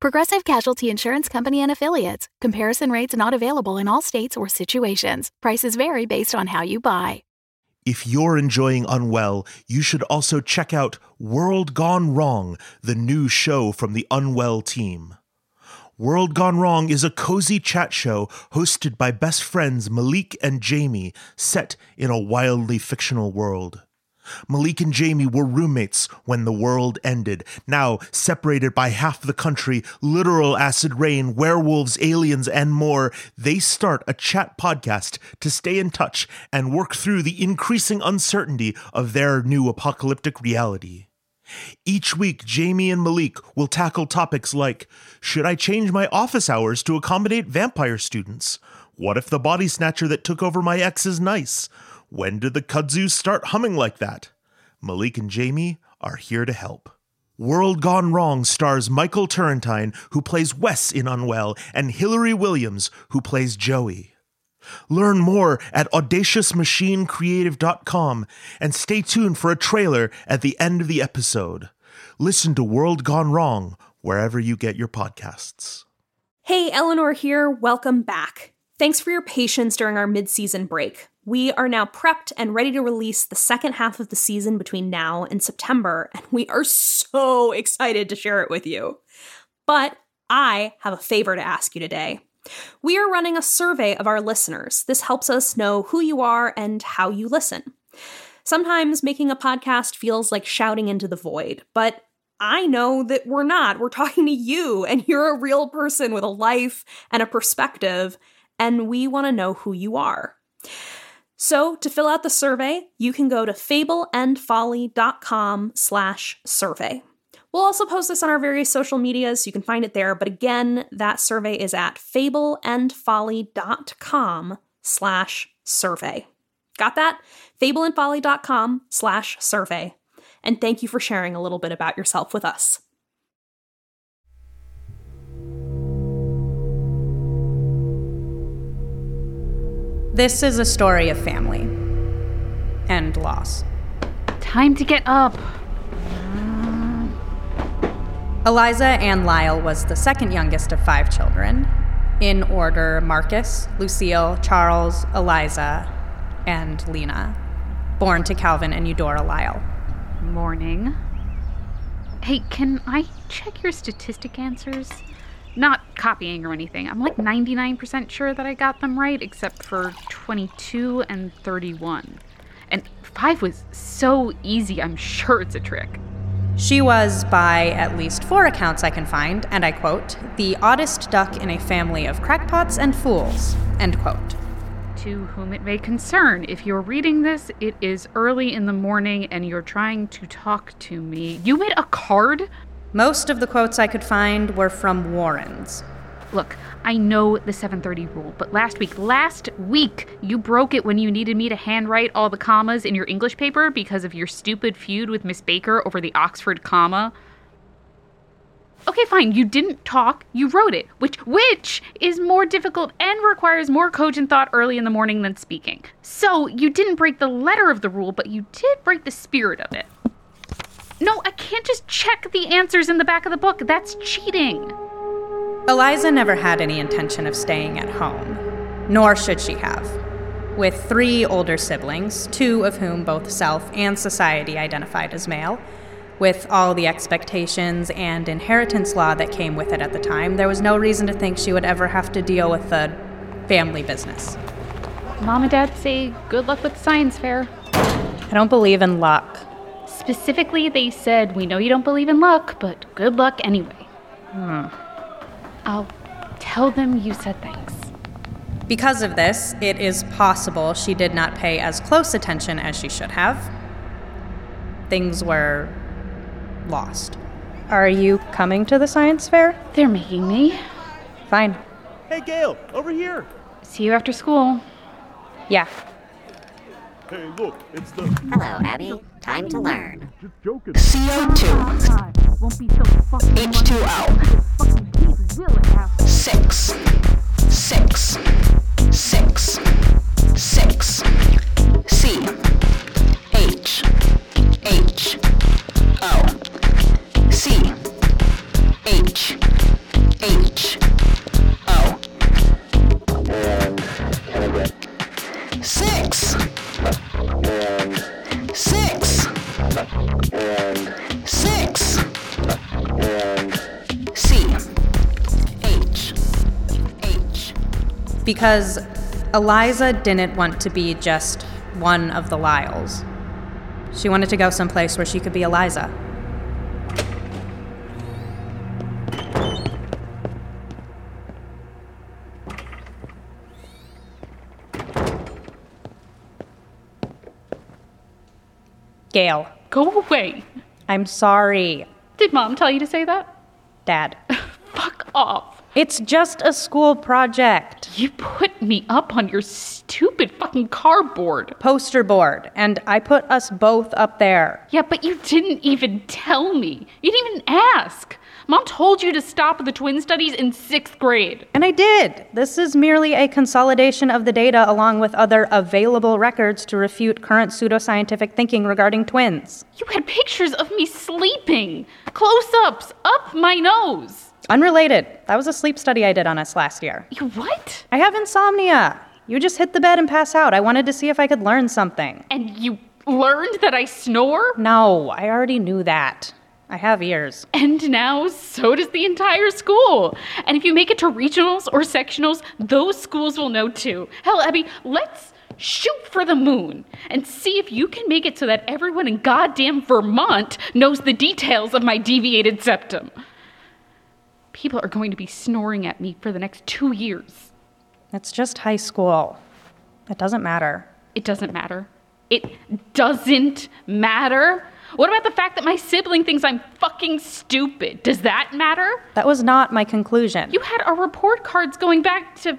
Progressive Casualty Insurance Company and Affiliates. Comparison rates not available in all states or situations. Prices vary based on how you buy. If you're enjoying Unwell, you should also check out World Gone Wrong, the new show from the Unwell team. World Gone Wrong is a cozy chat show hosted by best friends Malik and Jamie, set in a wildly fictional world. Malik and Jamie were roommates when the world ended. Now, separated by half the country, literal acid rain, werewolves, aliens, and more, they start a chat podcast to stay in touch and work through the increasing uncertainty of their new apocalyptic reality. Each week, Jamie and Malik will tackle topics like Should I change my office hours to accommodate vampire students? What if the body snatcher that took over my ex is nice? When did the kudzu start humming like that? Malik and Jamie are here to help. World Gone Wrong stars Michael Turrentine, who plays Wes in Unwell, and Hillary Williams, who plays Joey. Learn more at audaciousmachinecreative.com and stay tuned for a trailer at the end of the episode. Listen to World Gone Wrong wherever you get your podcasts. Hey, Eleanor here. Welcome back. Thanks for your patience during our mid season break. We are now prepped and ready to release the second half of the season between now and September, and we are so excited to share it with you. But I have a favor to ask you today. We are running a survey of our listeners. This helps us know who you are and how you listen. Sometimes making a podcast feels like shouting into the void, but I know that we're not. We're talking to you, and you're a real person with a life and a perspective, and we want to know who you are. So to fill out the survey, you can go to fableandfolly.com slash survey. We'll also post this on our various social medias, so you can find it there. But again, that survey is at fableandfolly.com slash survey. Got that? fableandfolly.com slash survey. And thank you for sharing a little bit about yourself with us. This is a story of family and loss. Time to get up. Eliza Ann Lyle was the second youngest of five children, in order Marcus, Lucille, Charles, Eliza, and Lena, born to Calvin and Eudora Lyle. Morning. Hey, can I check your statistic answers? Not copying or anything. I'm like 99% sure that I got them right, except for 22 and 31. And 5 was so easy, I'm sure it's a trick. She was, by at least four accounts I can find, and I quote, the oddest duck in a family of crackpots and fools, end quote. To whom it may concern, if you're reading this, it is early in the morning and you're trying to talk to me. You made a card? Most of the quotes I could find were from Warren's. Look, I know the 7:30 rule, but last week, last week you broke it when you needed me to handwrite all the commas in your English paper because of your stupid feud with Miss Baker over the Oxford comma. Okay, fine. You didn't talk. You wrote it, which which is more difficult and requires more cogent thought early in the morning than speaking. So, you didn't break the letter of the rule, but you did break the spirit of it. No, I can't just check the answers in the back of the book. That's cheating. Eliza never had any intention of staying at home, nor should she have. With three older siblings, two of whom both self and society identified as male, with all the expectations and inheritance law that came with it at the time, there was no reason to think she would ever have to deal with the family business. Mom and Dad say good luck with science fair. I don't believe in luck. Specifically, they said, "We know you don't believe in luck, but good luck anyway." Hmm. I'll tell them you said thanks. Because of this, it is possible she did not pay as close attention as she should have. Things were lost. Are you coming to the science fair? They're making me. Fine. Hey, Gail, over here. See you after school. Yeah. Hey, look, it's the. Hello, Abby. Time to learn. Just joking. CO2, Won't be so fucking H2O, fucking Jesus will it have. 6, 6, 6, 6, C, H, H, O, C, H, H, O. Six. Six. Six. C. H. H. Because Eliza didn't want to be just one of the Lyles. She wanted to go someplace where she could be Eliza. Gail, Go away. I'm sorry, Did mom tell you to say that? Dad. Fuck off. It's just a school project. You put me up on your stupid fucking cardboard. Poster board, and I put us both up there. Yeah, but you didn't even tell me. You didn't even ask. Mom told you to stop the twin studies in sixth grade. And I did. This is merely a consolidation of the data along with other available records to refute current pseudoscientific thinking regarding twins. You had pictures of me sleeping, close ups, up my nose. Unrelated. That was a sleep study I did on us last year. You what? I have insomnia. You just hit the bed and pass out. I wanted to see if I could learn something. And you learned that I snore? No, I already knew that. I have ears. And now, so does the entire school. And if you make it to regionals or sectionals, those schools will know too. Hell, Abby, let's shoot for the moon and see if you can make it so that everyone in goddamn Vermont knows the details of my deviated septum. People are going to be snoring at me for the next two years. It's just high school. It doesn't matter. It doesn't matter. It doesn't matter. What about the fact that my sibling thinks I'm fucking stupid? Does that matter? That was not my conclusion. You had our report cards going back to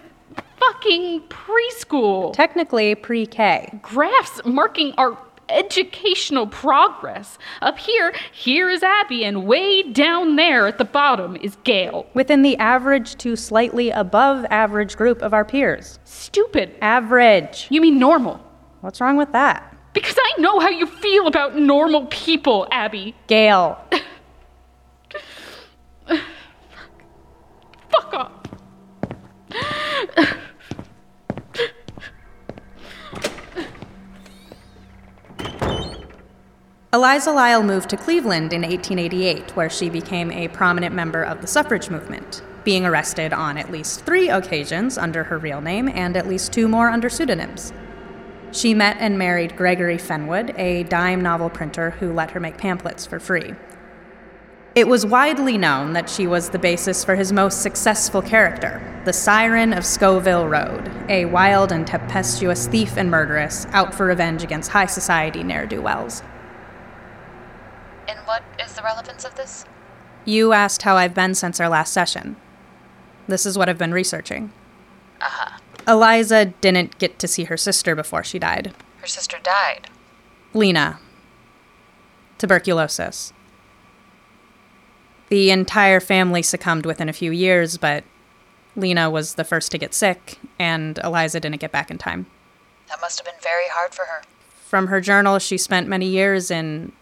fucking preschool. Technically pre K. Graphs marking our educational progress. Up here, here is Abby, and way down there at the bottom is Gail. Within the average to slightly above average group of our peers. Stupid. Average. You mean normal? What's wrong with that? Because I know how you feel about normal people, Abby. Gail. Fuck off. Eliza Lyle moved to Cleveland in 1888, where she became a prominent member of the suffrage movement, being arrested on at least three occasions under her real name and at least two more under pseudonyms. She met and married Gregory Fenwood, a dime novel printer who let her make pamphlets for free. It was widely known that she was the basis for his most successful character, the Siren of Scoville Road, a wild and tempestuous thief and murderess out for revenge against high society ne'er do wells. And what is the relevance of this? You asked how I've been since our last session. This is what I've been researching. Uh-huh. Eliza didn't get to see her sister before she died. Her sister died. Lena. Tuberculosis. The entire family succumbed within a few years, but Lena was the first to get sick, and Eliza didn't get back in time. That must have been very hard for her. From her journal, she spent many years in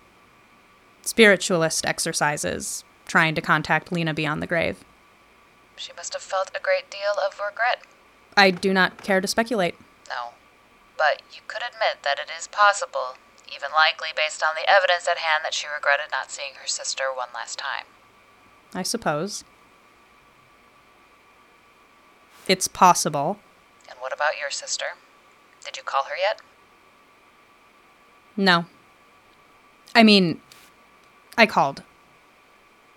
spiritualist exercises, trying to contact Lena beyond the grave. She must have felt a great deal of regret. I do not care to speculate. No. But you could admit that it is possible, even likely based on the evidence at hand, that she regretted not seeing her sister one last time. I suppose. It's possible. And what about your sister? Did you call her yet? No. I mean, I called.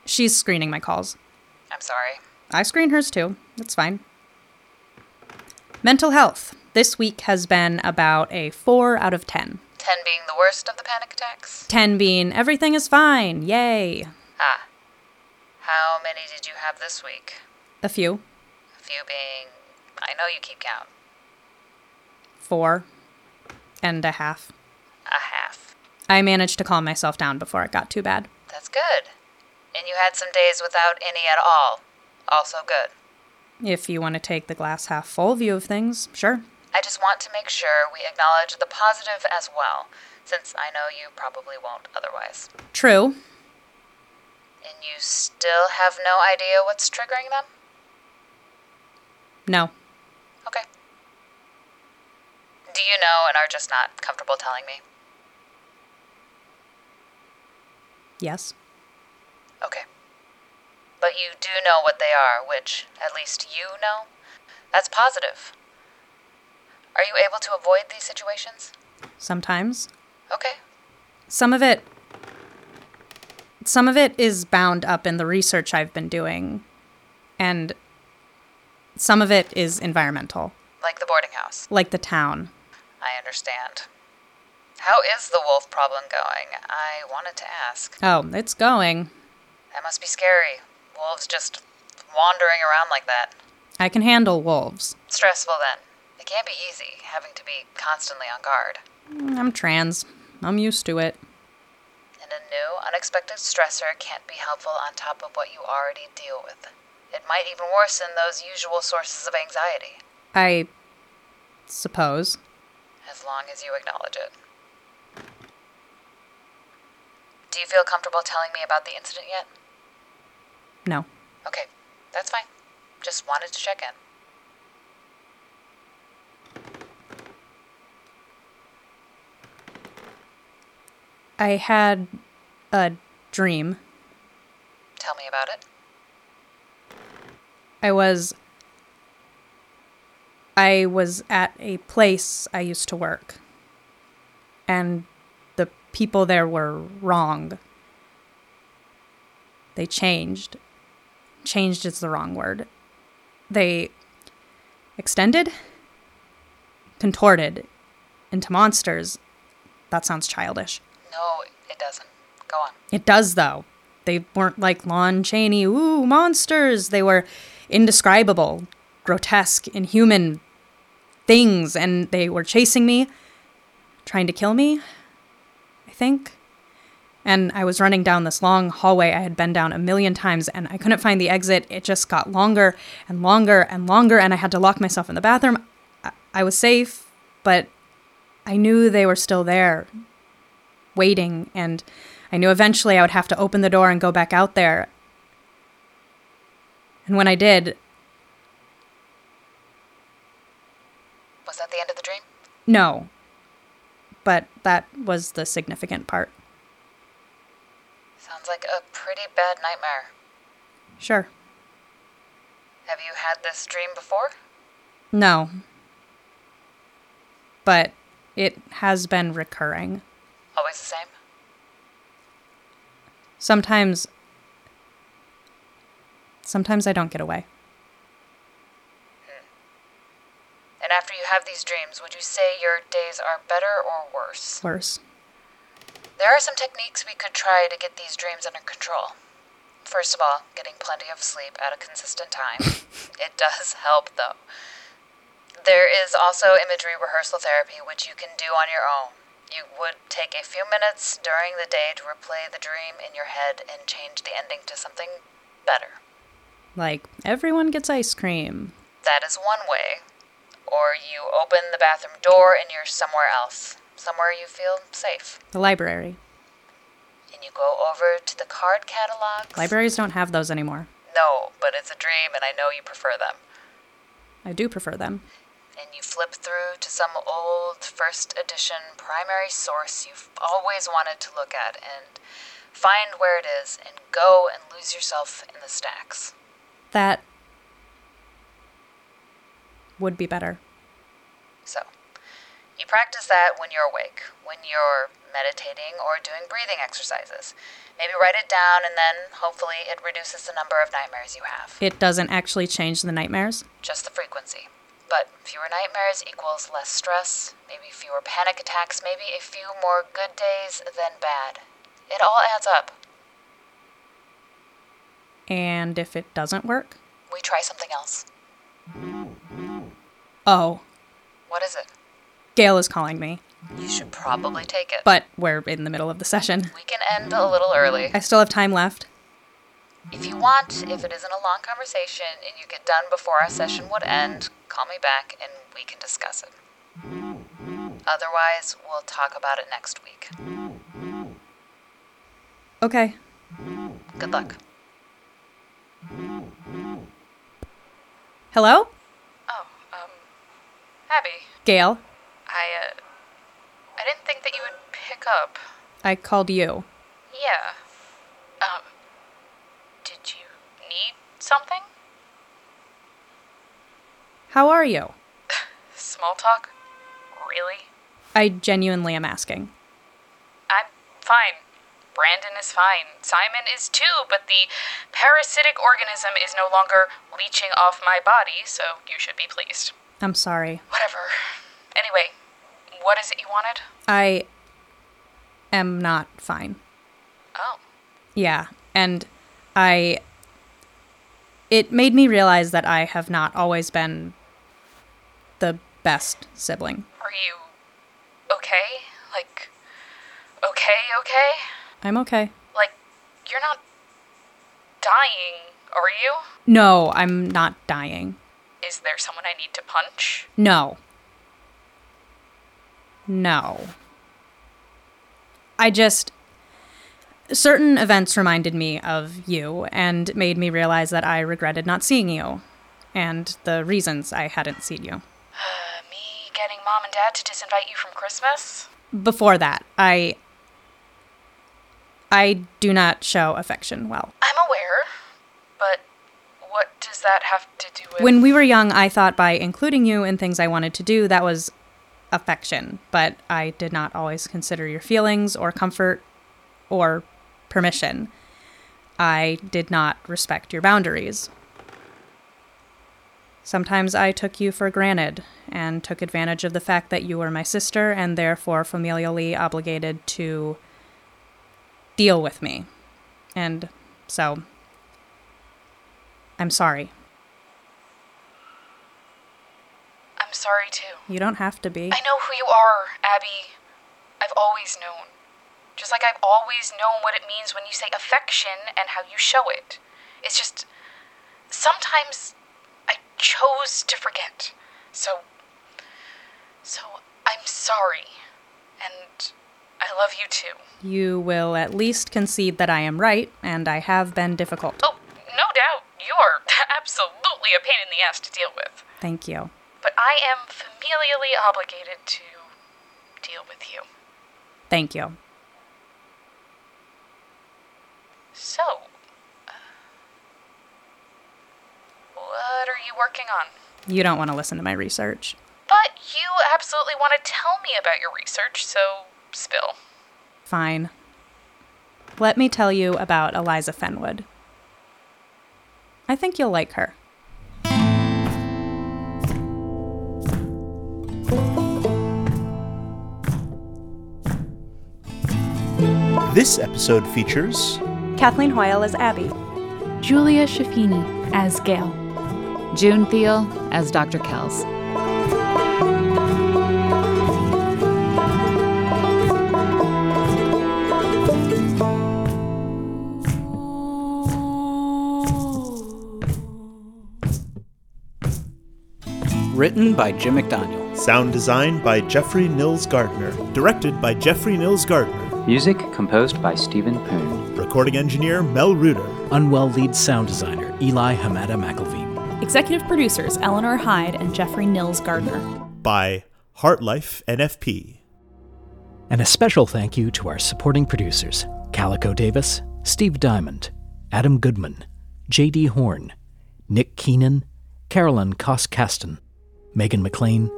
She's screening my calls. I'm sorry. I screen hers too. That's fine. Mental health. This week has been about a 4 out of 10. Ten being the worst of the panic attacks? 10 being everything is fine. Yay. Ah. How many did you have this week? A few. A few being. I know you keep count. four and a half. A half. I managed to calm myself down before it got too bad. That's good. And you had some days without any at all. Also good. If you want to take the glass half full view of things, sure. I just want to make sure we acknowledge the positive as well, since I know you probably won't otherwise. True. And you still have no idea what's triggering them? No. Okay. Do you know and are just not comfortable telling me? Yes. Okay. But you do know what they are, which, at least you know? That's positive. Are you able to avoid these situations? Sometimes. Okay. Some of it. Some of it is bound up in the research I've been doing, and some of it is environmental, Like the boarding house. like the town. I understand. How is the wolf problem going? I wanted to ask. Oh, it's going. That must be scary. Wolves just wandering around like that. I can handle wolves. Stressful then. It can't be easy, having to be constantly on guard. I'm trans. I'm used to it. And a new, unexpected stressor can't be helpful on top of what you already deal with. It might even worsen those usual sources of anxiety, I suppose. as long as you acknowledge it. Do you feel comfortable telling me about the incident yet? No. Okay, that's fine. Just wanted to check in. I had a dream. Tell me about it. I was I was at a place I used to work. And the people there were wrong. They changed. Changed is the wrong word. They extended, contorted into monsters. That sounds childish. No, it doesn't. Go on. It does, though. They weren't like Lon Chaney, ooh, monsters. They were indescribable, grotesque, inhuman things, and they were chasing me, trying to kill me, I think. And I was running down this long hallway I had been down a million times, and I couldn't find the exit. It just got longer and longer and longer, and I had to lock myself in the bathroom. I, I was safe, but I knew they were still there, waiting, and I knew eventually I would have to open the door and go back out there. And when I did, Was that the end of the dream? no. But that was the significant part. Sounds like a pretty bad nightmare. Sure. Have you had this dream before? No. But it has been recurring. Always the same? Sometimes. Sometimes I don't get away. And after you have these dreams, would you say your days are better or worse? Worse. There are some techniques we could try to get these dreams under control. First of all, getting plenty of sleep at a consistent time. it does help, though. There is also imagery rehearsal therapy, which you can do on your own. You would take a few minutes during the day to replay the dream in your head and change the ending to something better. Like, everyone gets ice cream. That is one way. Or you open the bathroom door and you're somewhere else, somewhere you feel safe. The library. And you go over to the card catalogs. Libraries don't have those anymore. No, but it's a dream and I know you prefer them. I do prefer them. And you flip through to some old first edition primary source you've always wanted to look at and find where it is and go and lose yourself in the stacks. That would be better. So, you practice that when you're awake, when you're meditating or doing breathing exercises. Maybe write it down and then hopefully it reduces the number of nightmares you have, It doesn't actually change the nightmares. just the frequency. But fewer nightmares equals less stress, maybe fewer panic attacks, maybe a few more good days than bad. It all adds up. And if it doesn't work? We try something else. Oh, What is it? Gail is calling me, You should probably take it. but we're in the middle of the session. we can end a little early. I still have time left. If you want, if it isn't a long conversation and you get done before our session would end, call me back and we can discuss it. Otherwise, we'll talk about it next week. Okay. Good luck. Hello? Oh, um, Abby, Gail, I, uh, I didn't think that you would pick up. I called you. Yeah. Um, did you need something? How are you? Small talk? Really? I genuinely am asking. I'm fine. Brandon is fine. Simon is too, but the parasitic organism is no longer leeching off my body, so you should be pleased. I'm sorry. Whatever. Anyway, what is it you wanted? I am not fine. Oh. Yeah. And I. It made me realize that I have not always been the best sibling. Are you okay? Like, okay, okay? I'm okay. Like, you're not dying, are you? No, I'm not dying. Is there someone I need to punch? No. No. I just. Certain events reminded me of you and made me realize that I regretted not seeing you and the reasons I hadn't seen you. Uh, me getting mom and dad to disinvite you from Christmas? Before that, I. I do not show affection well. I'm aware, but what does that have to do with. When we were young, I thought by including you in things I wanted to do, that was affection, but I did not always consider your feelings or comfort or permission. I did not respect your boundaries. Sometimes I took you for granted and took advantage of the fact that you were my sister and therefore familially obligated to deal with me. And so, I'm sorry. I'm sorry too. You don't have to be. I know who you are, Abby. I've always known. Just like I've always known what it means when you say affection and how you show it. It's just. Sometimes I chose to forget. So. So I'm sorry. And I love you too. You will at least concede that I am right, and I have been difficult. Oh, no doubt, you are absolutely a pain in the ass to deal with. Thank you. But I am familially obligated to deal with you. Thank you. So, uh, what are you working on? You don't want to listen to my research. But you absolutely want to tell me about your research, so spill. Fine. Let me tell you about Eliza Fenwood. I think you'll like her. This episode features Kathleen Hoyle as Abby. Julia Shafini as Gail. June Thiel as Dr. Kells. Written by Jim McDaniel. sound design by Jeffrey Nils Gardner, directed by Jeffrey Nils Gardner, Music composed by Stephen Poon. recording engineer Mel Reuter. Unwell lead sound designer Eli Hamada McElveen. Executive producers Eleanor Hyde and Jeffrey Nils Gardner. by Heartlife NFP. And a special thank you to our supporting producers Calico Davis, Steve Diamond, Adam Goodman, J.D. Horn, Nick Keenan, Carolyn Koss-Kasten, Megan McLean,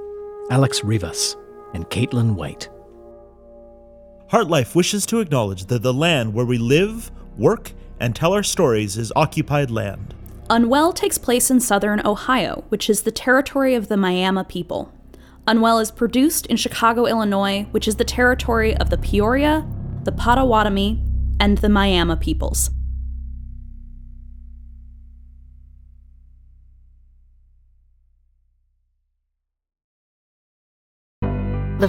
Alex Rivas, and Caitlin White. Heartlife wishes to acknowledge that the land where we live, work, and tell our stories is occupied land. Unwell takes place in southern Ohio, which is the territory of the Miami people. Unwell is produced in Chicago, Illinois, which is the territory of the Peoria, the Potawatomi, and the Miami peoples. the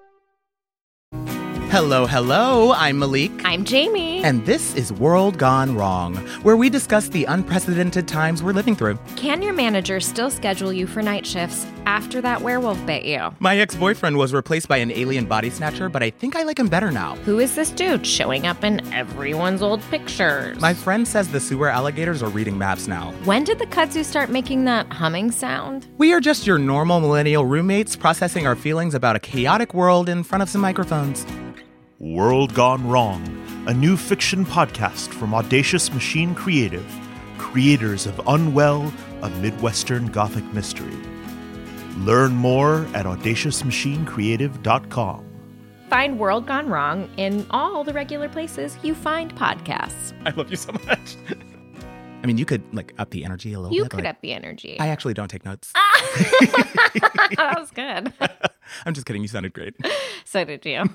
Hello, hello. I'm Malik. I'm Jamie. And this is World Gone Wrong, where we discuss the unprecedented times we're living through. Can your manager still schedule you for night shifts after that werewolf bit you? My ex boyfriend was replaced by an alien body snatcher, but I think I like him better now. Who is this dude showing up in everyone's old pictures? My friend says the sewer alligators are reading maps now. When did the kudzu start making that humming sound? We are just your normal millennial roommates processing our feelings about a chaotic world in front of some microphones. World Gone Wrong, a new fiction podcast from Audacious Machine Creative, creators of Unwell, a Midwestern Gothic mystery. Learn more at audaciousmachinecreative.com. Find World Gone Wrong in all the regular places you find podcasts. I love you so much. I mean, you could like up the energy a little you bit. could like- up the energy. I actually don't take notes. that was good. I'm just kidding. You sounded great. So did you.